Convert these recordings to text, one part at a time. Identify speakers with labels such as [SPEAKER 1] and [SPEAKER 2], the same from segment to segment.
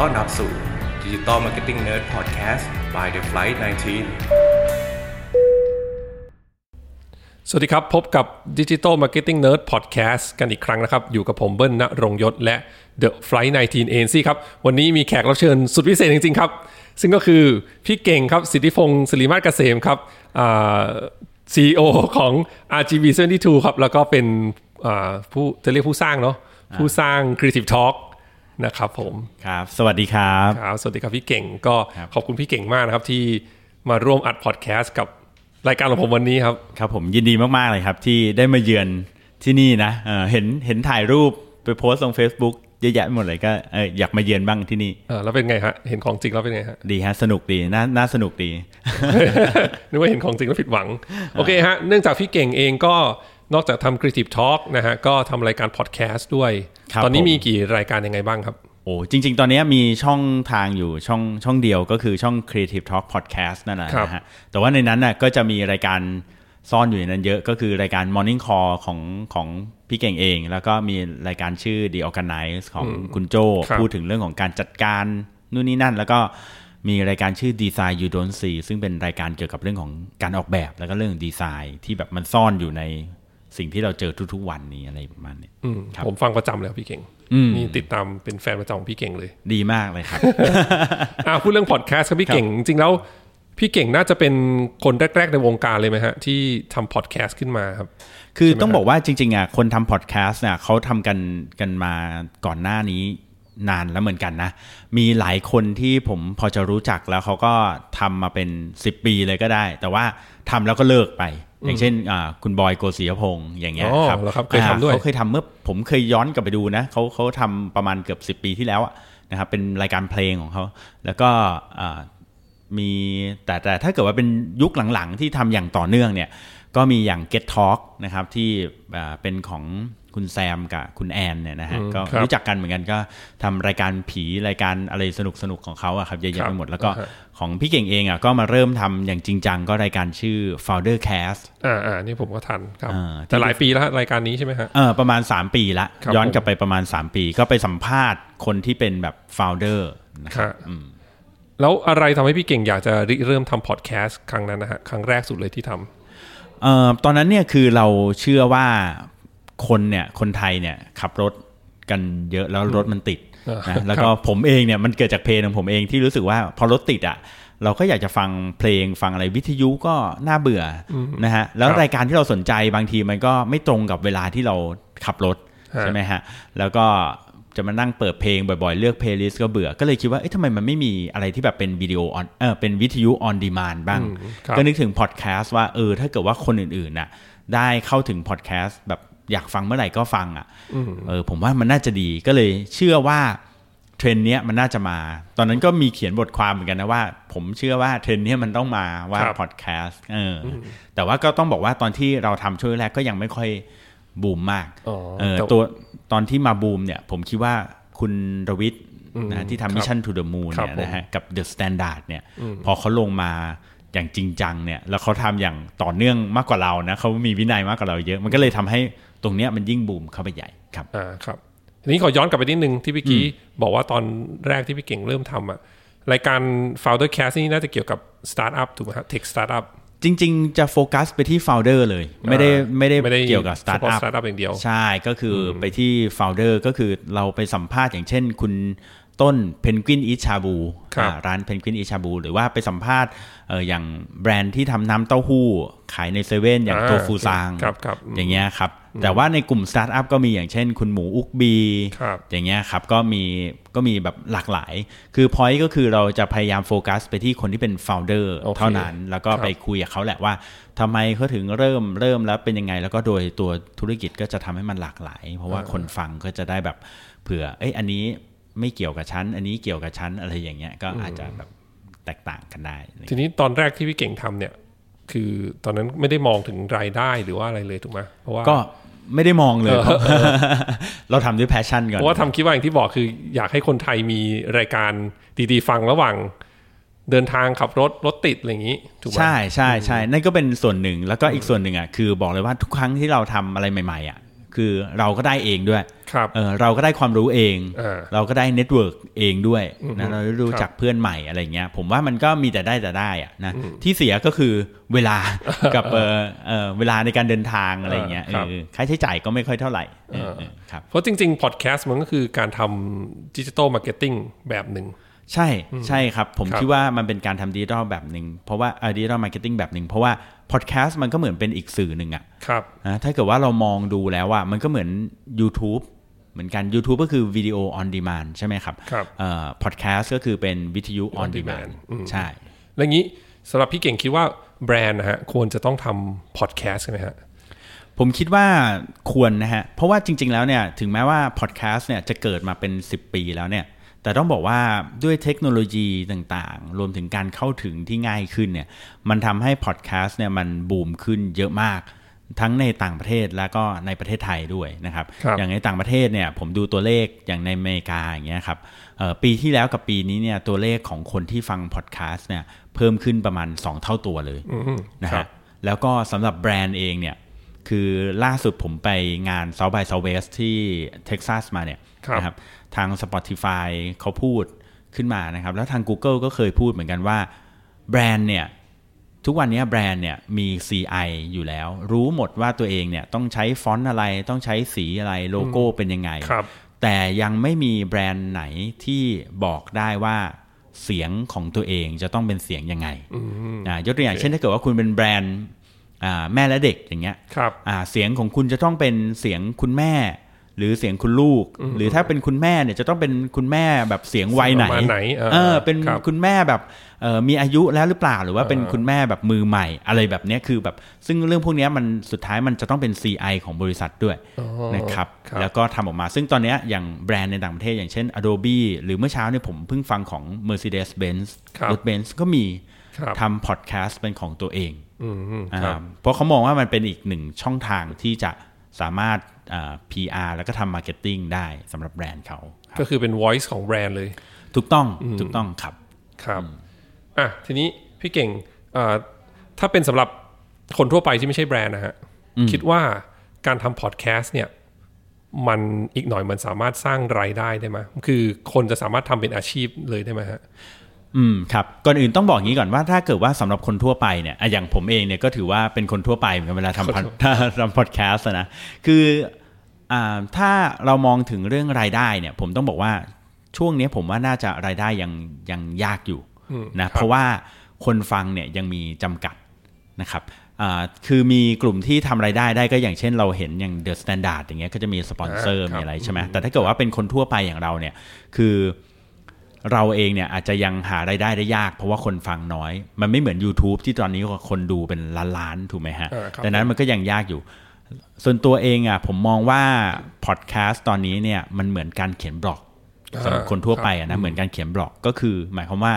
[SPEAKER 1] ต้อนรับสู่ Digital Marketing Nerd Podcast by The Flight 19
[SPEAKER 2] สวัสดีครับ พบกับ Digital Marketing Nerd Podcast กันอีกครั้งนะครับ อยู่กับผมเบิ้ลณรงค์ยศและ The Flight 19 ANC ครับ วันนี้มีแขกรับเชิญสุดพิเศษจริง ๆ ครับ ซึ่งก็คือพี่เก่งครับสิทธิพงศ์สิริมาศเกษมครับอ่า CEO ของ RGB 72ครับ แล้วก็เป็นอ่าผู้จะเรียกผู้สร้างเนาะผู้สร้าง Creative Talk นะครับผม
[SPEAKER 3] ครับ สวัสดีครับ
[SPEAKER 2] ครับสวัสดีครับพี่เก่งก็ขอบคุณพี่เก่งมากนะครับ ที่มาร่วมอัดพอดแคสต์กับรายการของผมวันนี้ครับ
[SPEAKER 3] ครับผมยินดีมาก ๆ เลยครับ ที่ได้มาเยือนที่นี่นะเออเห็นเห็นถ่ายรูปไปโพสต์ลง Facebook เยอะแยะไปหมดเลยก็เอออยากมาเยือนบ้างที่นี่
[SPEAKER 2] เออแล้วเป็นไงฮะ เห็นของจริงแล้วเป็นไงฮะ
[SPEAKER 3] ดีฮะ สนุกดี น่าน่าสนุกดี
[SPEAKER 2] นึกว่าเห็นของจริงแล้วผิดหวัง โอเคฮะ เนื่องจากพี่เก่งเองก็นอกจากทำ Creative Talk นะฮะ ก็ทำรายการพอดแคสต์ด้วย
[SPEAKER 3] ครับ
[SPEAKER 2] ตอนนี้
[SPEAKER 3] ผม
[SPEAKER 2] มีกี่รายการยังไงบ้างครับ
[SPEAKER 3] โอ้จริง ๆ ตอนนี้มีช่องทางอยู่ช่องช่องเดียวก็คือช่อง Creative Talk Podcast นั่นแหละ
[SPEAKER 2] ครับ
[SPEAKER 3] นะฮะแต่ว่าในนั้นน่ะก็จะมีรายการซ่อนอยู่ในนั้นเยอะก็คือรายการ Morning Call ของของพี่เก่งเอง แล้วก็มีรายการชื่อ The Organize ของคุณโจ
[SPEAKER 2] ครับ
[SPEAKER 3] พูดถึงเรื่องของการจัดการนู่นนี่นั่น แล้วก็มีรายการชื่อ Design You Don't See ซึ่งเป็นรายการเกี่ยวกับเรื่องของการออกแบบแล้วก็เรื่องดีไซน์ที่แบบมันซ่อนอยู่ในสิ่งที่เราเจอทุกๆ วันนี้อะไรประมาณเนี้ย
[SPEAKER 2] อืม
[SPEAKER 3] ครับ
[SPEAKER 2] ผมฟังประจำเลยครับพี่เก่งนี่ติดตามเป็นแฟนประจำของพี่เก่งเลย
[SPEAKER 3] ดีมากเลยครับ
[SPEAKER 2] อ่ะพูดเรื่องพอดแคสต์ครับพี่เก่ง จริงๆแล้ว พี่เก่งน่าจะเป็นคนแรก ๆ ในวงการเลยไหมฮะ ที่ทำพอดแคสต์ขึ้นมาครับ
[SPEAKER 3] คือต้องบอกว่าจริงๆอ่ะคนทำพอดแคสต์เนี่ยเขาทำกันกันมาก่อนหน้านี้นานแล้วเหมือนกันนะ มีหลายคนที่ผมพอจะรู้จักแล้วเขาก็ทำมาเป็น 10 ปีเลยก็ได้ แต่ว่าทำแล้วก็เลิกไป อย่างเช่นอ่าคุณบอยโกศิยพงษ์อย่างเงี้ย
[SPEAKER 2] อ๋อ
[SPEAKER 3] ครับ
[SPEAKER 2] เหรอครับเคยทำ
[SPEAKER 3] อ่า
[SPEAKER 2] ด้วย
[SPEAKER 3] เขาเคยทำเมื่อผมเคยย้อนกลับไปดูนะเขาเขาทำประมาณเกือบ 10 ปีที่แล้วอะนะครับเป็นรายการเพลงของเขาแล้วก็อ่า มีแต่แต่ถ้าเกิดว่าเป็นยุคหลังๆ ที่ทำอย่างต่อเนื่องเนี่ยก็มีอย่าง Get Talk นะครับที่อ่าเป็นของคุณแซมกับคุณแอนเนี่ยนะฮะ
[SPEAKER 2] อืม
[SPEAKER 3] ก็
[SPEAKER 2] ครับ
[SPEAKER 3] รู้จักกันเหมือนกันก็ทำรายการผีรายการอะไรสนุกๆ ของเขาอะครับเยอะ
[SPEAKER 2] ครั
[SPEAKER 3] แยะ
[SPEAKER 2] บ
[SPEAKER 3] ไปหมด แล้วก็
[SPEAKER 2] อ่าฮะ
[SPEAKER 3] ของพี่เก่งเองอะก็มาเริ่มทำอย่างจริงจังก็รายการชื่อ Founder Cast
[SPEAKER 2] อ่าอ่านี่ผมก็ทันครับ
[SPEAKER 3] อ่า
[SPEAKER 2] แต่หลายปีแล้วฮะรายการนี้ใช่ไหมฮะ
[SPEAKER 3] เออประมาณ 3 ปีละ
[SPEAKER 2] ครับ
[SPEAKER 3] ย้อน
[SPEAKER 2] ผม
[SPEAKER 3] กลับไปประมาณ 3 ปี ก็ไปสัมภาษณ์คนที่เป็นแบบ Founder นะค
[SPEAKER 2] ครับ รับแล้วอะไรทำให้พี่เก่งอยากจะริเริ่มทำพอดแคสต์ครั้งนั้นนะฮะ ครั้งแรกสุดเลยที่ทำ
[SPEAKER 3] เออตอนนั้นเนี่ยคือเราเชื่อว่า คนเนี่ยคนไทยเนี่ยขับรถกันเยอะแล้วรถมันติด
[SPEAKER 2] อ่า
[SPEAKER 3] นะแล้วก็ผมเองเนี่ยมันเกิดจากเพลงของผมเองที่รู้สึกว่าพอรถติดอ่ะเราก็อยากจะฟังเพลงฟังอะไรวิทยุก็น่าเบื่ออนะฮะแล้ว
[SPEAKER 2] ครับ
[SPEAKER 3] รายการที่เราสนใจบางทีมันก็ไม่ตรงกับเวลาที่เราขับรถ
[SPEAKER 2] ฮะ
[SPEAKER 3] ใช่ไหมฮะแล้วก็จะมานั่งเปิดเพลงบ่อยๆ เลือกเพลย์ลิสต์ก็เบื่อก็เลยคิดว่าเอ๊ะทำไมมันไม่มีอะไรที่แบบเป็นวิดีโอออนเออเป็นวิทยุออนดีมานบ้าง
[SPEAKER 2] อืมครับ
[SPEAKER 3] ก็นึกถึงพอดแคสต์ว่าเออถ้าเกิดว่าคนอื่นๆน่ะได้เข้าถึงพอดแคสต์แบบอยากฟังเมื่อไหร่ก็ฟังอ่ะเออผมว่ามันน่าจะดีก็เลยเชื่อว่าเทรนด์เนี้ยมันน่าจะมา ตอนนั้นก็มีเขียนบทความเหมือนกันนะว่า ผมเชื่อว่าเทรนด์เนี้ยมันต้องมาว่า
[SPEAKER 2] ครับ
[SPEAKER 3] พอดแคสต์เอออแต่ว่าก็ต้องบอกว่าตอนที่เราทำช่วงแรกก็ยังไม่ค่อยบูมมาก
[SPEAKER 2] อ๋อ
[SPEAKER 3] เออ
[SPEAKER 2] แต่
[SPEAKER 3] ตัวตอนที่มาบูมเนี่ยผมคิดว่าคุณรวิทย์นะที่
[SPEAKER 2] ครับ
[SPEAKER 3] ทำมิชชั่นทูเดอะมูน
[SPEAKER 2] ครับ
[SPEAKER 3] เนี่
[SPEAKER 2] ผ
[SPEAKER 3] ย
[SPEAKER 2] ม
[SPEAKER 3] นะฮะ กับ The Standard เนี่ยพอเขาลงมาอย่างจริงจังเนี่ยแล้วเขาทำอย่างต่อเนื่องมากกว่าเรานะเขามีวินัยมากกว่าเราเยอะ มันก็เลยทำให้ตรงเนี้ยมันยิ่งบูมเข้าไปใหญ่ครับ
[SPEAKER 2] อ่าครับทีนี้ขอย้อนกลับไปนิดนึงที่พี่กี้บอกว่าตอนแรกที่พี่เก่งเริ่มทำอะรายการ Founder Cast นี่น่าจะเกี่ยวกับสตาร์ทอัพถูกไหมฮะเทคสตาร์ทอัพ
[SPEAKER 3] จริง ๆ จะโฟกัสไปที่ founder เลย ไม่ได้ไม่ได้
[SPEAKER 2] ไม่ได้
[SPEAKER 3] เกี่ยวกับ startup
[SPEAKER 2] เฉพาะ startup อย่างเดียว
[SPEAKER 3] ใช่ก็คืออไปที่ founder ก็คือเราไปสัมภาษณ์อย่างเช่น คุณต้นเพนกวินอิชาบู
[SPEAKER 2] ครับ
[SPEAKER 3] ร้านเพนกวินอิชาบูหรือว่าไปสัมภาษณ์เอ่ออย่างแบรนด์ที่ทำน้ำเต้าหู้ ขายในเซเว่นอย่าง
[SPEAKER 2] อ่า
[SPEAKER 3] โตฟูซาง
[SPEAKER 2] ครับครับอืม
[SPEAKER 3] อย่างเงี้ยครับ แต่ว่าในกลุ่มสตาร์ทอัพก็มีอย่างเช่น คุณหมูอุกบี
[SPEAKER 2] ครับ
[SPEAKER 3] อย่างเงี้ยครับก็มีก็มีแบบหลากหลาย คือ point ก็คือเราจะพยายามโฟกัสไปที่คนที่เป็น founder
[SPEAKER 2] โอเค
[SPEAKER 3] เท่านั้นแล้วก็
[SPEAKER 2] ครับ
[SPEAKER 3] ไปคุยกับเขาแหละว่าทำไมเขาถึงเริ่มเริ่มแล้วเป็นยังไง แล้วก็โดยตัวธุรกิจก็จะทำให้มันหลากหลาย เพราะว่าคนฟังก็จะได้แบบเผื่อเอ้ยอันนี้ไม่เกี่ยวกับฉันอันนี้เกี่ยวกับฉันอะไรอย่างเงี้ยก็อาจจะแบบแตกต่างกันได้อะไร
[SPEAKER 2] ที
[SPEAKER 3] เงี้ย
[SPEAKER 2] นี้ตอนแรกที่พี่เก่งทำเนี่ย คือตอนนั้นไม่ได้มองถึงรายได้หรือว่าอะไรเลยถูกไหมเพราะว่า
[SPEAKER 3] ก็ไม่ได้มองเลย เราทำด้วยแพชชั่นก่อ
[SPEAKER 2] เพ
[SPEAKER 3] น
[SPEAKER 2] ราะว่าทำคิดว่าอย่างที่บอกคืออยากให้คนไทยมีรายการดีๆ ฟังระหว่าง เดินทางขับรถรถติดอะไรอย่างนี้ถูกไหม
[SPEAKER 3] ใช่ใช่ใช่นั่นก็เป็นส่วนหนึ่งแล้วก็อีกส่วนหนึ่งอ่ะคือบอกเลยว่าทุกครั้งที่เราทำอะไรใหม่ ๆอ่ะคือเราก็ได้เองด้วย
[SPEAKER 2] ครับ
[SPEAKER 3] เออเราก็ได้ความรู้เอง
[SPEAKER 2] เออ
[SPEAKER 3] เราก็ได้เน็ตเวิร์กเองด้วย
[SPEAKER 2] อื
[SPEAKER 3] นะ
[SPEAKER 2] ม
[SPEAKER 3] เราได้รู้
[SPEAKER 2] ครับ
[SPEAKER 3] จักเพื่อนใหม่อะไรเงี้ยผมว่ามันก็มีแต่ได้แต่ได้อะนะที่เสียก็คือเว ลา กับเออเออเวลาในการเดินทางอะไรเงี้ย
[SPEAKER 2] เออครับ
[SPEAKER 3] เออค่าใช้จ่ายก็ไม่ค่อยเท่าไหร่เออ
[SPEAKER 2] เออ
[SPEAKER 3] เออครับ
[SPEAKER 2] เพราะจริงๆ พอดแคสต์มันก็คือการทำดิจิ t a ลมาร์เก็ตติ้งแบบหนึ่ง
[SPEAKER 3] ใช่ใช่ครับ ผม
[SPEAKER 2] ครับ
[SPEAKER 3] คิดว่ามันเป็นการทำดิจิทัลแบบหนึ่งเพราะว่าดิจิทัลมาร์เก็ตติ้งแบบหนึ่งเพราะว่าพอดแคสต์มันก็เหมือนเป็นอีกสื่อหนึ่งอะ
[SPEAKER 2] ครับ
[SPEAKER 3] นะถ้าเกิดว่าเรามองดูแล้วว่ามันก็เหมือน YouTube เหมือนกัน YouTube ก็คือวิดีโอออนดีมานใช่ไหมครับ
[SPEAKER 2] ครับ
[SPEAKER 3] พอดแคสต์ก็คือเป็นวิทยุออน
[SPEAKER 2] On
[SPEAKER 3] ดีมาน
[SPEAKER 2] demand อืม
[SPEAKER 3] ใช่
[SPEAKER 2] แล้วงี้สำหรับพี่เก่งคิดว่าแบรนด์นะฮะควรจะต้องทำพอดแคสต์ใช่ไหมฮะ
[SPEAKER 3] ผมคิดว่าควรนะฮะ เพราะว่าจริง ๆ แล้วเนี่ย ถึงแม้ว่าพอดแคสต์เนี่ยจะเกิดมาเป็น 10 ปีแล้วเนี่ย แต่ต้องบอกว่าด้วยเทคโนโลยีต่างๆ รวมถึงการเข้าถึงที่ง่ายขึ้นเนี่ย มันทำให้พอดแคสต์เนี่ยมันบูมขึ้นเยอะมาก ทั้งในต่างประเทศแล้วก็ในประเทศไทยด้วยนะครับ
[SPEAKER 2] ครับ
[SPEAKER 3] อย่างในต่างประเทศเนี่ยผมดูตัวเลขอย่างในอเมริกาอย่างเงี้ยครับเอ่อปีที่แล้วกับปีนี้เนี่ยตัวเลขของคนที่ฟังพอดแคสต์เนี่ยเพิ่มขึ้นประมาณ 2 เท่าตัวเลย
[SPEAKER 2] อืม
[SPEAKER 3] นะ
[SPEAKER 2] ครั
[SPEAKER 3] ฮะ
[SPEAKER 2] บ
[SPEAKER 3] แล้วก็สำหรับแบรนด์เองเนี่ย คือล่าสุดผมไปงาน South by Southwest ที่เท็กซัสมาเนี่ย
[SPEAKER 2] ครับ
[SPEAKER 3] นะทาง Spotify เขาพูดขึ้นมานะครับ แล้วทาง Google ก็เคยพูดเหมือนกันว่าแบรนด์เนี่ย ทุกวันนี้แบรนด์เนี่ยมี CI อยู่แล้ว รู้หมดว่าตัวเองเนี่ยต้องใช้ฟอนต์อะไรต้องใช้สีอะไรโลโก้เป็นยังไง
[SPEAKER 2] ครับ
[SPEAKER 3] แต่ยังไม่มีแบรนด์ไหนที่บอกได้ว่าเสียงของตัวเองจะต้องเป็นเสียงยังไงอ่ายกตัวอย่างเช่นถ้าเกิดว่าคุณเป็นแบรนด์อ่าแม่และเด็กอย่างเงี้ย
[SPEAKER 2] ครับ
[SPEAKER 3] อ่าเสียงของคุณจะต้องเป็นเสียงคุณแม่ หรือเสียงคุณลูก หรือถ้าเป็นคุณแม่เนี่ยจะต้องเป็นคุณแม่แบบเสียงวัยไหน
[SPEAKER 2] ประมาณไหนเออ
[SPEAKER 3] เออเป็น
[SPEAKER 2] ครับ
[SPEAKER 3] คุณแม่แบบเอ่อมีอายุแล้วหรือเปล่าหรือว่าเป็นคุณแม่แบบมือใหม่อะไรแบบเนี้ยคือแบบซึ่งเรื่องพวกเนี้ยมันสุดท้ายมันจะต้องเป็น CI ของบริษัทด้วย นะครับ
[SPEAKER 2] ครับ
[SPEAKER 3] แล้วก็ทำออกมาซึ่งตอนเนี้ยอย่างแบรนด์ในต่างประเทศอย่างเช่น Adobe หรือเมื่อเช้าเนี่ยผมเพิ่งฟังของ Mercedes-Benz
[SPEAKER 2] ครับ
[SPEAKER 3] รถ Benz ก็มี
[SPEAKER 2] ครับ
[SPEAKER 3] ทำพอดแคสต์เป็นของตัวเอง
[SPEAKER 2] อืม
[SPEAKER 3] อ่า
[SPEAKER 2] ครับ
[SPEAKER 3] เพราะเขามองว่ามันเป็นอีกหนึ่งช่องทางที่จะสามารถอ่า PR แล้วก็ทำมาร์เก็ตติ้งได้สำหรับแบรนด์เขาครับ
[SPEAKER 2] ก็คือเป็น voice ของแบรนด์เลย
[SPEAKER 3] ถูกต้องถูกต้องครับ
[SPEAKER 2] ครับอ่ะทีนี้พี่เก่งอ่าถ้าเป็นสำหรับคนทั่วไปที่ไม่ใช่แบรนด์นะฮะ คิดว่าการทำพอดแคสต์เนี่ย มันอีกหน่อยมันสามารถสร้างรายได้ได้ไหมคือคนจะสามารถทำเป็นอาชีพเลยได้ไหมฮะ
[SPEAKER 3] อืมครับก่อนอื่นต้องบอกงี้ก่อนว่าถ้าเกิดว่าสำหรับคนทั่วไปเนี่ยอ่ะอย่างผมเองเนี่ยก็ถือว่าเป็นคนทั่วไปเหมือนกันเวลาทำพอดถ้า ทำพอดแคสต์นะคืออ่าถ้าเรามองถึงเรื่องรายได้เนี่ย ผมต้องบอกว่าช่วงเนี้ยผมว่าน่าจะรายได้ยังยังยากอยู่นะเพราะว่าคนฟังเนี่ยยังมีจำกัดนะครับอ่าคือมีกลุ่มที่ทำรายได้ได้ก็อย่างเช่นเราเห็นอย่าง The Standard อย่างเงี้ยก็จะมีสปอนเซอร์
[SPEAKER 2] อ่าครับ
[SPEAKER 3] มีอะไรใช่ไหมแต่ถ้าเกิดว่าเป็นคนทั่วไปอย่างเราเนี่ยคือ เราเองเนี่ยอาจจะยังหารายได้ได้ยาก เพราะว่าคนฟังน้อย มันไม่เหมือน YouTube ที่ตอนนี้คนดูเป็นล้านล้านๆถูกไหมฮะ
[SPEAKER 2] เออครับ
[SPEAKER 3] ดังนั้นมันก็ยังยากอยู่ ส่วนตัวเองอ่ะผมมองว่าพอดแคสต์ตอนนี้เนี่ยมันเหมือนการเขียนบล็อกสำหรับคนทั่วไปอะนะเหมือนการเขียนบล็อกก็คือ หมายความว่า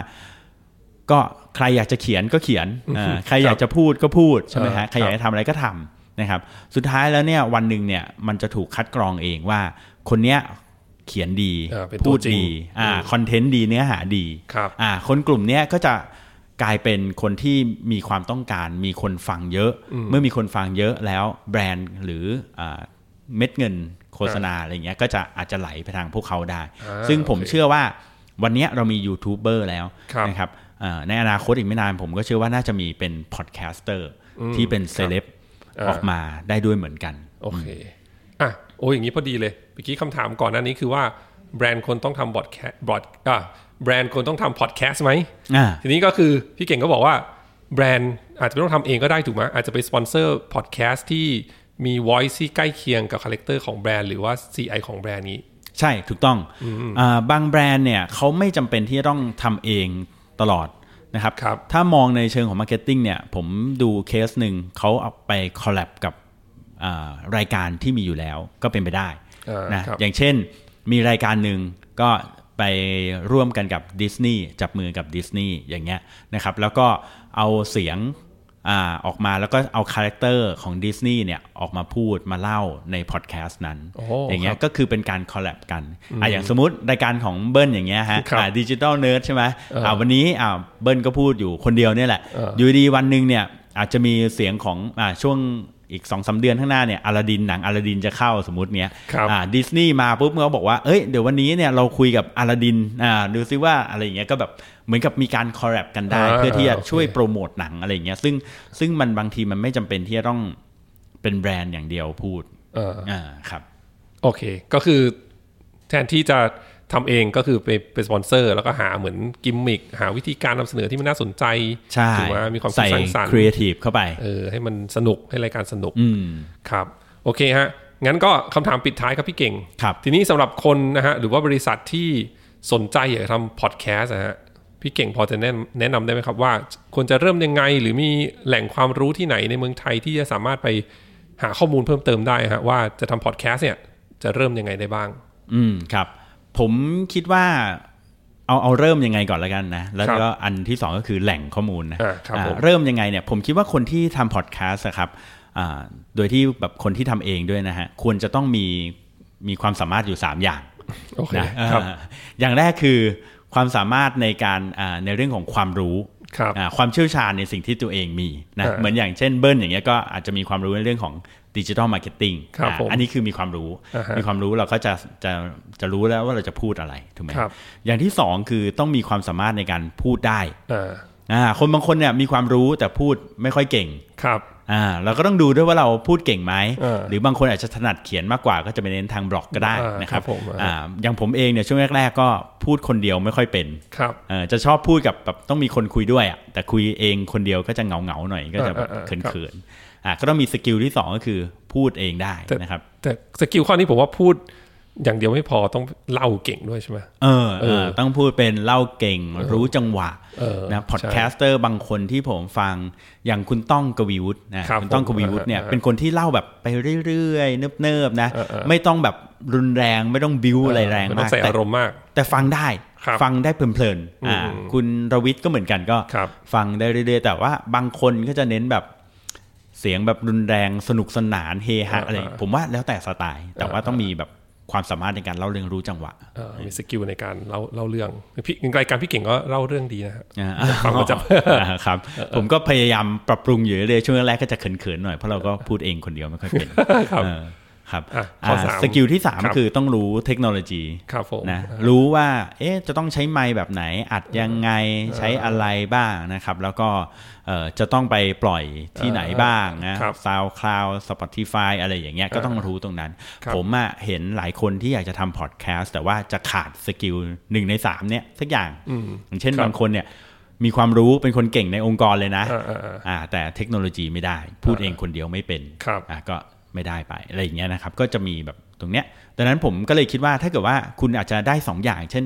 [SPEAKER 3] ก็ใครอยากจะเขียนก็เขียนอ่าใครอยากจะพูดก็พูดใช่ไหม
[SPEAKER 2] เออครั
[SPEAKER 3] ฮะ
[SPEAKER 2] บ
[SPEAKER 3] ใครอยากจะทำอะไรก็ทำนะครับ สุดท้ายแล้วเนี่ยวันหนึ่งเนี่ยมันจะถูกคัดกรองเองว่า คนเนี้ยเขียนดี
[SPEAKER 2] อ่าเป็นตัว
[SPEAKER 3] พูด
[SPEAKER 2] จริง
[SPEAKER 3] ดีอ่าคอนเทนต์ดีเนื้อหาดี
[SPEAKER 2] ครับ
[SPEAKER 3] อ่าคนกลุ่มเนี้ยก็จะกลายเป็นคนที่มีความต้องการ มีคนฟังเยอะ เมื่อมีคนฟังเยอะแล้วแบรนด์หรืออ่าเม็ดเงินโฆษณาอะไรเงี้ยก็จะอาจจะไหลไปทางพวกเขาได้
[SPEAKER 2] อ่า
[SPEAKER 3] ซึ่งผม
[SPEAKER 2] โอเค
[SPEAKER 3] เชื่อว่าวันเนี้ยเรามียูทูบเบอร์แล้ว
[SPEAKER 2] ครับ
[SPEAKER 3] นะครับอ่าในอนาคตอีกไม่นานผมก็เชื่อว่าน่าจะมีเป็นพอดแคสเตอร์ที่เป็นเซเลบ
[SPEAKER 2] อ่า
[SPEAKER 3] ออกมาได้ด้วยเหมือนกัน
[SPEAKER 2] โอเค อ่ะ โอ้ยอย่างนี้พอดีเลยเมื่อกี้คำถามก่อนหน้านี้คือว่าแบรนด์คนต้องทำบอดแคสบอดอ่ะแบรนด์คนต้องทำพอดแคสต์ไหม
[SPEAKER 3] อ่า
[SPEAKER 2] ทีนี้ก็คือพี่เก่งก็บอกว่าแบรนด์อาจจะไม่ต้องทำเองก็ได้ถูกไหมอาจจะไปสปอนเซอร์พอดแคสต์ที่มี voice ที่ใกล้เคียงกับคาแรคเตอร์ของแบรนด์หรือว่า CI ของแบรนด์นี้
[SPEAKER 3] ใช่ถูกต้องอาบางแบรนด์เนี่ยเขาไม่จำเป็นที่จะต้องทำเองตลอดนะครับ
[SPEAKER 2] ครับ
[SPEAKER 3] ถ้ามองในเชิงของมาร์เก็ตติ้งเนี่ยผมดูเคสหนึ่งเขาเอาไปคอลแลบกับอ่ารายการที่มีอยู่แล้วก็เป็นไปได้
[SPEAKER 2] เออ
[SPEAKER 3] นะครับ อย่างเช่นมีรายการหนึ่งก็ไปร่วมกันกับดิสนีย์จับมือกับดิสนีย์อย่างเงี้ยนะครับแล้วก็เอาเสียงอาออกมาแล้วก็เอาคาแรคเตอร์ของดิสนีย์เนี่ยออกมาพูดมาเล่าในพอดแคสต์นั้น
[SPEAKER 2] โอ้โห
[SPEAKER 3] อย่างเงี้
[SPEAKER 2] ค
[SPEAKER 3] ย
[SPEAKER 2] รับ
[SPEAKER 3] ก็คือเป็นการคอลแลบกันอ่ะอย่างสมมติรายการของเบิ้ลอย่างเงี้ยฮะ
[SPEAKER 2] ครับ
[SPEAKER 3] ดิจิตอลเนิร์ดใช่ไหมอ่าวันนี้อ่าเบิ้ลก็พูดอยู่คนเดียวเนี่ยแหละ อยู่ดีวันหนึ่งเนี่ยอาจจะมีเสียงของอ่าช่วง อีกสองสาเดือนข้างหน้าเนี่ยอลาดินหนังอลาดินจะเข้าสมมติเนี้ย
[SPEAKER 2] ครับ
[SPEAKER 3] อ่าดิสนีย์มาปุ๊บเขาบอกว่าเอ้ยเดี๋ยววันนี้เนี่ยเราคุยกับอลาดินอ่าดูซิว่าอะไรอย่างเงี้ยก็แบบเหมือนกับมีการคอร์รัปกันได้
[SPEAKER 2] อ่า
[SPEAKER 3] เพื่อที่จะ
[SPEAKER 2] โอเค
[SPEAKER 3] ช่วยโปรโมทหนังอะไรอย่างเงี้ยซึ่งซึ่งมันบางทีมันไม่จำเป็นที่จะต้องเป็นแบรนด์อย่างเดียวพูด
[SPEAKER 2] เออ
[SPEAKER 3] อ่าครับ
[SPEAKER 2] โอเค ก็คือแทนที่จะทำเองก็คือไปไปสปอนเซอร์ แล้วก็หาเหมือนกิมมิคหาวิธีการนำเสนอที่มันน่าสนใจ
[SPEAKER 3] ใช่
[SPEAKER 2] ถือว่ามีความคิด
[SPEAKER 3] ใส่
[SPEAKER 2] สร้างสรรค์
[SPEAKER 3] ครีเอทีฟเข้าไป
[SPEAKER 2] เออให้มันสนุกให้รายการสนุก
[SPEAKER 3] อืม
[SPEAKER 2] ครับโอเคฮะงั้นก็คำถามปิดท้ายครับพี่เก่ง
[SPEAKER 3] ครับ
[SPEAKER 2] ทีนี้สำหรับคนนะฮะหรือว่าบริษัทที่สนใจอยากจะทำพอดแคสต์นะฮะพี่เก่งพอจะแนะแนะนำได้ไหมครับว่า ควรจะเริ่มยังไง หรือมีแหล่งความรู้ที่ไหนในเมืองไทยที่จะสามารถไปหาข้อมูลเพิ่มเติมได้ฮะว่าจะทำพอดแคสต์เนี่ยจะเริ่มยังไงได้บ้าง
[SPEAKER 3] อืมครับ ผมคิดว่าเอาเอาเริ่มยังไงก่อนแล้วกันนะ แล้วก็อันที่สองก็คือแหล่งข้อมูลนะ
[SPEAKER 2] อ่าครับผม
[SPEAKER 3] อ่าเริ่มยังไงเนี่ยผมคิดว่าคนที่ทำพอดแคสต์อะครับอ่าโดยที่แบบคนที่ทำเองด้วยนะฮะควรจะต้องมีมีความสามารถอยู่ 3 อย่าง
[SPEAKER 2] โอเค
[SPEAKER 3] นะ
[SPEAKER 2] ครับ
[SPEAKER 3] อ่าอย่างแรกคือความสามารถในการอ่าในเรื่องของความรู้
[SPEAKER 2] ครับ
[SPEAKER 3] อ่าความเชี่ยวชาญในสิ่งที่ตัวเองมีนะ
[SPEAKER 2] อ่า
[SPEAKER 3] เหมือนอย่างเช่นเบิ้ลอย่างเงี้ยก็อาจจะมีความรู้ในเรื่องของดิจิทัลมาร์เก็ตติ้ง
[SPEAKER 2] ครับผม
[SPEAKER 3] อันนี้คือมีความรู้
[SPEAKER 2] อ่าฮะ
[SPEAKER 3] มีความรู้เราก็จะจะจะรู้แล้วว่าเราจะพูดอะไรถูกไหม
[SPEAKER 2] ครับ
[SPEAKER 3] อย่างที่สองคือต้องมีความสามารถในการพูดได้
[SPEAKER 2] อ่า
[SPEAKER 3] อ่าคนบางคนเนี่ยมีความรู้แต่พูดไม่ค่อยเก่ง
[SPEAKER 2] ครับ
[SPEAKER 3] อ่าเราก็ต้องดูด้วยว่าเราพูดเก่งไหม
[SPEAKER 2] เออ
[SPEAKER 3] หรือบางคนอาจจะถนัดเขียนมากกว่าก็จะไปเน้นทางบล็อกก็ได้
[SPEAKER 2] อ่าน
[SPEAKER 3] นะครับ
[SPEAKER 2] ครับผมอ่า
[SPEAKER 3] อ่าอย่างผมเองเนี่ยช่วงแรก ๆ ก็พูดคนเดียวไม่ค่อยเป็น
[SPEAKER 2] ครับ
[SPEAKER 3] เอ่อจะชอบพูดกับแบบต้องมีคนคุยด้วยอะแต่คุยเองคนเดียวก็จะเหงาๆหน่อยก็จะแบบเขินๆอ่าก็ต้องมีสกิลที่สองก็คือพูดเองได้
[SPEAKER 2] แต่
[SPEAKER 3] นะครับ
[SPEAKER 2] แต่สกิลข้อนี้ผมว่าพูดอย่างเดียวไม่พอต้องเล่าเก่งด้วยใช่ไหม
[SPEAKER 3] เออเอ
[SPEAKER 2] เอ
[SPEAKER 3] อ
[SPEAKER 2] อ
[SPEAKER 3] ต้องพูดเป็นเล่าเก่งรู้จังหวะ
[SPEAKER 2] เออ
[SPEAKER 3] นะ
[SPEAKER 2] ใช่
[SPEAKER 3] พอดแคสเตอร์บางคนที่ผมฟังอย่างคุณต้องกวีวุฒินะครับ คุณต้อง
[SPEAKER 2] ผ
[SPEAKER 3] ก
[SPEAKER 2] ม
[SPEAKER 3] วีวุฒิเนี่ย
[SPEAKER 2] อ่า
[SPEAKER 3] เป็น เป็นคนที่เล่าแบบไปเรื่อยๆ เนิบๆนะ
[SPEAKER 2] เออเออ
[SPEAKER 3] ไม่ต้องแบบรุนแรงไม่ต้องบิ้วอะไรแรง
[SPEAKER 2] ไม่ต้อ
[SPEAKER 3] มาก
[SPEAKER 2] งใส่
[SPEAKER 3] แต่
[SPEAKER 2] อารมณ์มาก
[SPEAKER 3] แต่ฟังได้
[SPEAKER 2] ครับ
[SPEAKER 3] ฟังได้เพลินๆอ่า
[SPEAKER 2] อืม
[SPEAKER 3] คุณรวิทย์ก็เหมือนกันก็
[SPEAKER 2] ครับ
[SPEAKER 3] ฟังได้เรื่อยๆ แต่ว่าบางคนก็จะเน้นแบบเสียงแบบรุนแรงสนุกสนานเฮฮา
[SPEAKER 2] เอออ
[SPEAKER 3] อะไร
[SPEAKER 2] เออ
[SPEAKER 3] ผมว่าแล้วแต่สไตล์ แต่ว่าต้องมีแบบความสามารถในการเล่าเรื่องรู้จังหวะ
[SPEAKER 2] เอ่อมีสกิลในการเล่าเล่าเรื่องพี่รายการพี่เก่งก็เล่าเรื่องดีนะฮะ
[SPEAKER 3] อ่า
[SPEAKER 2] ฟังประจำ
[SPEAKER 3] อ่าครับ ผมก็พยายามปรับปรุงอยู่เรื่อยๆช่วงแรกๆก็จะเขินๆหน่อยเพราะเราก็พูดเองคนเดียวไม่ค่อยเป็น
[SPEAKER 2] ครับ
[SPEAKER 3] เออครับ
[SPEAKER 2] อ่ะ
[SPEAKER 3] อ่า
[SPEAKER 2] ข้อสาม
[SPEAKER 3] สกิลที่
[SPEAKER 2] ค
[SPEAKER 3] 3
[SPEAKER 2] รั
[SPEAKER 3] ก็
[SPEAKER 2] บ
[SPEAKER 3] คือต้องรู้เทคโนโลยี
[SPEAKER 2] ครับผม
[SPEAKER 3] นะรู้ว่าเอ๊ะจะต้องใช้ไมค์แบบไหน อัดยังไงใช้อะไรบ้างนะครับ แล้วก็เอ่อจะต้องไปปล่อยที่ไหนบ้างนะ
[SPEAKER 2] ครับ
[SPEAKER 3] SoundCloud Spotify อะไรอย่างเงี้ยก็ต้องรู้ตรงนั้น
[SPEAKER 2] ครับ
[SPEAKER 3] ผมอะเห็นหลายคนที่อยากจะทำพอดแคสต์แต่ว่าจะขาดสกิลหนึ่งในสามเนี่ยสักอย่างอย่างเช่น
[SPEAKER 2] ครับ
[SPEAKER 3] บางคนเนี่ยมีความรู้เป็นคนเก่งในองค์กรเลยนะ
[SPEAKER 2] อ่าอ่าอ่า
[SPEAKER 3] อ่าแต่เทคโนโลยีไม่ได้ พูดเองคนเดียวไม่เป็น
[SPEAKER 2] ครับ
[SPEAKER 3] อ่ะก็ไม่ได้ไปอะไรอย่างเงี้ยนะครับก็จะมีแบบตรงเนี้ยดังนั้นผมก็เลยคิดว่าถ้าเกิดว่าคุณอาจจะได้สองอย่าง เช่น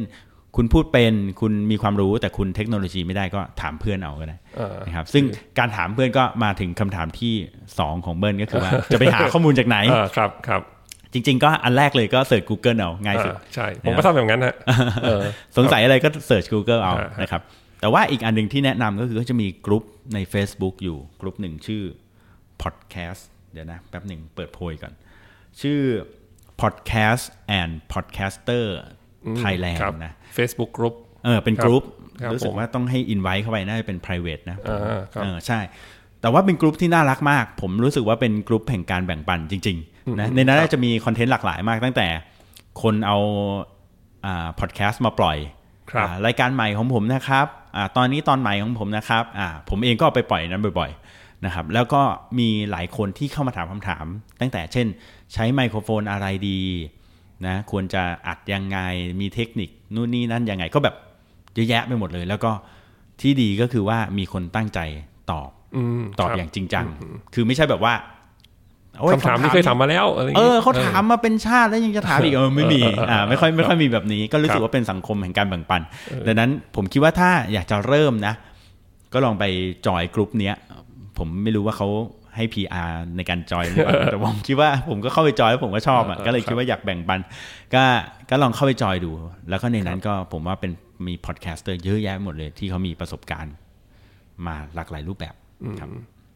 [SPEAKER 3] คุณพูดเป็นคุณมีความรู้แต่คุณเทคโนโลยีไม่ได้ก็ถามเพื่อนเอาก็ได้
[SPEAKER 2] เอ่อ
[SPEAKER 3] นะครับซึ่งการถามเพื่อนก็มาถึงคำถามที่ 2 ของเบิร์นก็คือว่า จะไปหาข้อมูลจากไหน
[SPEAKER 2] เอ่อครับครับ
[SPEAKER 3] จริง ๆ ก็อันแรกเลยก็เสิร์ช Google เอาง่ายสุด
[SPEAKER 2] อ่าใช่ผมก็ทำแบบนั้นฮะเออ
[SPEAKER 3] สงสัยอะไรก็เสิร์ช Google เอา
[SPEAKER 2] อ่าฮะ
[SPEAKER 3] นะครับแต่ว่าอีกอันหนึ่งที่แนะนำก็คือก็จะมีกลุ่มใน Facebook อยู่กลุ่มหนึ่งชื่อ Podcast เดี๋ยวนะแป๊บหนึ่งเปิดโพยก่อน ชื่อ Podcast and Podcaster
[SPEAKER 2] ครั
[SPEAKER 3] Thailand
[SPEAKER 2] บ
[SPEAKER 3] นะ
[SPEAKER 2] Facebook Group
[SPEAKER 3] เออเป็น
[SPEAKER 2] ครับ
[SPEAKER 3] กรุ๊ป
[SPEAKER 2] ครับ
[SPEAKER 3] รู้สึกว่าต้องให้อินไว้เข้าไปน่าจะเป็น private นะ
[SPEAKER 2] อ่าครับ
[SPEAKER 3] เออใช่ แต่ว่าเป็นกรุ๊ปที่น่ารักมาก ผมรู้สึกว่าเป็นกรุ๊ปแห่งการแบ่งปันจริงๆนะในนั้นจะมีคอนเทนต์หลากหลายมากตั้งแต่คนเอาอ่าพอดแคสต์มาปล่อย
[SPEAKER 2] ครับ
[SPEAKER 3] อ่ารายการใหม่ของผมนะครับอ่าตอนนี้ตอนใหม่ของผมนะครับอ่าผมเองก็เอาไปปล่อยนั้นบ่อยๆนะครับแล้วก็มีหลายคนที่เข้ามาถามคำถาม ตั้งแต่เช่น ใช้ไมโครโฟนอะไรดีนะควรจะอัดยังไงมีเทคนิคนู่นนี่นั่นยังไงก็แบบ เยอะแยะไปหมดเลย แล้วก็ที่ดีก็คือว่ามีคนตั้งใจตอบ
[SPEAKER 2] อืม
[SPEAKER 3] ตอบ
[SPEAKER 2] ครั
[SPEAKER 3] อย่างจริงจัง คือไม่ใช่แบบว่าโอ้ย
[SPEAKER 2] คำถามนี้เคยถามมาแล้วอะไรย่ง
[SPEAKER 3] เอ
[SPEAKER 2] งี้ย
[SPEAKER 3] อเขาถามมาเป็นชาติแล้วยังจะถามอีกเออไม่มี
[SPEAKER 2] เออเออเออ
[SPEAKER 3] อ่าไม่ค่อยไม่ค่อยมีแบบนี้ ก็รู้
[SPEAKER 2] ค
[SPEAKER 3] สึ
[SPEAKER 2] รั
[SPEAKER 3] ก
[SPEAKER 2] บ
[SPEAKER 3] ว่าเป็นสังคมแห่งการแบ่งปัน ดังนั้นผมคิดว่าถ้าอยากจะเริ่มนะ ก็ลองไปจอยกลุ่มเนี้ย ผมไม่รู้ว่าเขาให้ PR ในการจอยหรือเปล่า แต่ผมคิดว่าผมก็เข้าไปจอยแล้วผมก็ชอบ
[SPEAKER 2] เออ
[SPEAKER 3] อ่ะ
[SPEAKER 2] เออ
[SPEAKER 3] ก็เล
[SPEAKER 2] ค
[SPEAKER 3] ย
[SPEAKER 2] รับ
[SPEAKER 3] คิดว่าอยากแบ่งปัน ก็ก็ลองเข้าไปจอยดู แล้วก็ในนั้นก็ผมว่าเป็นมีพอดแคสเตอร์เยอะแยะหมดเลย ที่เขามีประสบการณ์มาหลากหลายรูปแบบครับ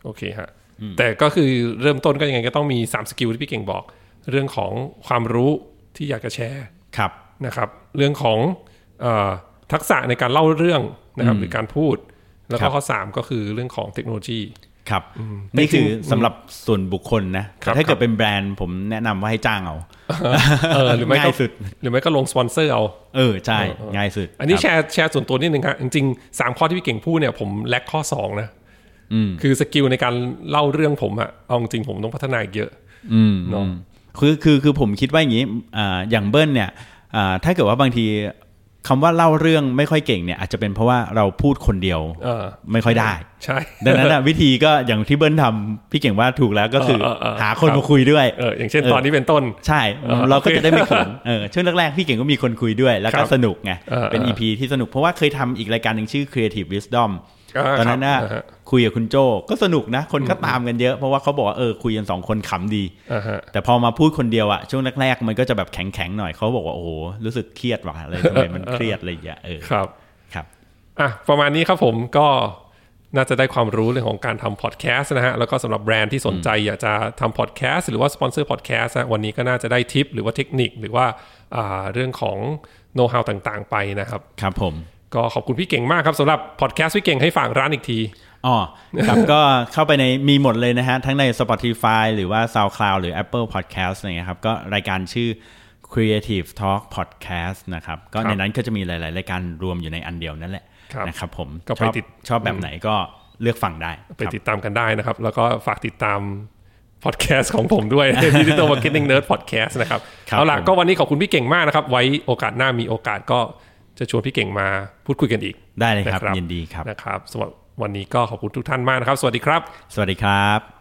[SPEAKER 2] โอเคฮะแต่ก็คือเริ่มต้นก็ยังไงก็ต้องมี 3 สกิลที่พี่เก่งบอก เรื่องของความรู้ที่อยากจะแชร์
[SPEAKER 3] ครับ
[SPEAKER 2] นะครับเรื่องของเออทักษะในการเล่าเรื่องนะครับหรือการพูด แล้ว
[SPEAKER 3] ครั
[SPEAKER 2] ก็
[SPEAKER 3] บ
[SPEAKER 2] ข้อ 3 ก็คือเรื่องของเทคโนโลยี
[SPEAKER 3] ครับนี่คือสำหรับส่วนบุคคลนะแต่ถ้าเกิดเป็นแบรนด์ผมแนะนำว่าให้จ้างเอา
[SPEAKER 2] เออหรือไม่ก็
[SPEAKER 3] ง่ายสุด
[SPEAKER 2] หรือไม่ก็ลงสปอนเซอร์เอา
[SPEAKER 3] เออใช่ง่ายสุด
[SPEAKER 2] อันนี้
[SPEAKER 3] ครั
[SPEAKER 2] แช
[SPEAKER 3] บ
[SPEAKER 2] ร์แชร์ส่วนตัวนิดนึงครับจริงๆสามข้อที่พี่เก่งพูดเนี่ยผมแลกข้อสองนะคือสกิลในการเล่าเรื่องผมอะเอาจริงๆผมต้องพัฒนาอีกเยอะเนาะ
[SPEAKER 3] คือคือคือผมคิดว่าอย่างนี้อ่าอย่างเบิ้ลเนี่ยอ่าถ้าเกิดว่าบางทีคำว่าเล่าเรื่องไม่ค่อยเก่งเนี่ยอาจจะเป็นเพราะว่าเราพูดคนเดียว
[SPEAKER 2] เออ
[SPEAKER 3] ไม่ค่อยได้
[SPEAKER 2] ใช่
[SPEAKER 3] ดังนั้นน่ะ วิธีก็อย่างที่เบิ้ลทำพี่เก่งว่าถูกแล้วก็คือ
[SPEAKER 2] เออเออเออ
[SPEAKER 3] หาคน
[SPEAKER 2] ครับ
[SPEAKER 3] มาคุยด้วย
[SPEAKER 2] เอออย่างเช่น
[SPEAKER 3] เออ
[SPEAKER 2] ตอนนี้เป็นต้น
[SPEAKER 3] ใช่
[SPEAKER 2] เออ
[SPEAKER 3] เราก็
[SPEAKER 2] โอเค
[SPEAKER 3] จะได้ไม่ขนเออช่วงแรกๆพี่เก่งก็มีคนคุยด้วย แล้ว
[SPEAKER 2] ค
[SPEAKER 3] ก็
[SPEAKER 2] รับ
[SPEAKER 3] สนุกไง
[SPEAKER 2] เออ
[SPEAKER 3] เป็น
[SPEAKER 2] เออ
[SPEAKER 3] EP ที่สนุกเพราะว่าเคยทำอีกรายการหนึ่งชื่อ Creative Wisdom
[SPEAKER 2] อ่า
[SPEAKER 3] ตอนนั้นน่ะ
[SPEAKER 2] ครับอ่าฮะ
[SPEAKER 3] คุยกับคุณโจก็สนุกนะ คนก็ตามกันเยอะเพราะว่าเขาบอกว่าเออคุยกันสองคนขำดี
[SPEAKER 2] อ่าฮะ
[SPEAKER 3] แต่พอมาพูดคนเดียวอะช่วงแรกๆมันก็จะแบบแข็งๆหน่อยเขาบอกว่าโอ้โหรู้สึกเครียดว่ะอะไรทำไมมันเครียดอะไรอย่างเงี้ยเออ
[SPEAKER 2] ครับ
[SPEAKER 3] ครับ
[SPEAKER 2] อ่ะประมาณนี้ครับผมก็น่าจะได้ความรู้เรื่องของการทำพอดแคสต์นะฮะแล้วก็สำหรับแบรนด์ที่สนใจอยากจะทำพอดแคสต์หรือว่าสปอนเซอร์พอดแคสต์วันนี้ก็น่าจะได้ทิปหรือว่าเทคนิคหรือว่าอ่าเรื่องของโน้ตฮาวต่างๆ ไปนะครับ
[SPEAKER 3] ครับผม
[SPEAKER 2] ก็ขอบคุณพี่เก่งมากครับสำหรับพอดแคสต์พี่เก่งให้ฝากร้านอีกที
[SPEAKER 3] อ๋อครับ ก็เข้าไปในมีหมดเลยนะฮะ ทั้งใน Spotify หรือว่า SoundCloud หรือ Apple Podcast อะไรเงี้ยครับก็รายการชื่อ Creative Talk Podcast นะครับ ก็
[SPEAKER 2] ครับ
[SPEAKER 3] ในนั้นก็จะมีหลาย ๆ รายการรวมอยู่ในอันเดียวนั่นแหละ
[SPEAKER 2] ครับ
[SPEAKER 3] นะครับผม
[SPEAKER 2] ก็ไป
[SPEAKER 3] ชอบ
[SPEAKER 2] ติด
[SPEAKER 3] ชอบแบบไหนก็เลือกฟังได้
[SPEAKER 2] ไป
[SPEAKER 3] ครับ
[SPEAKER 2] ติดตามกันได้นะครับ แล้วก็ฝากติดตามพอดแคสต์ของผมด้วย ดิจิตอลมาร์เก็ตติ้งเนิร์ดพอดแคสต์นะครับ เอาล่ะ ก็วันนี้ขอบคุณพี่เก่งมากนะครับ ไว้โอกาสหน้ามีโอกาสก็จะชวนพี่เก่งมาพูดคุยกันอีก
[SPEAKER 3] ได้เลยครับ
[SPEAKER 2] ะ
[SPEAKER 3] ยินดีครับ
[SPEAKER 2] นะครับสำหรับวันนี้ก็ขอบคุณทุกท่านมากนะครับ สวัสดีครับ
[SPEAKER 3] สวัสดีครับ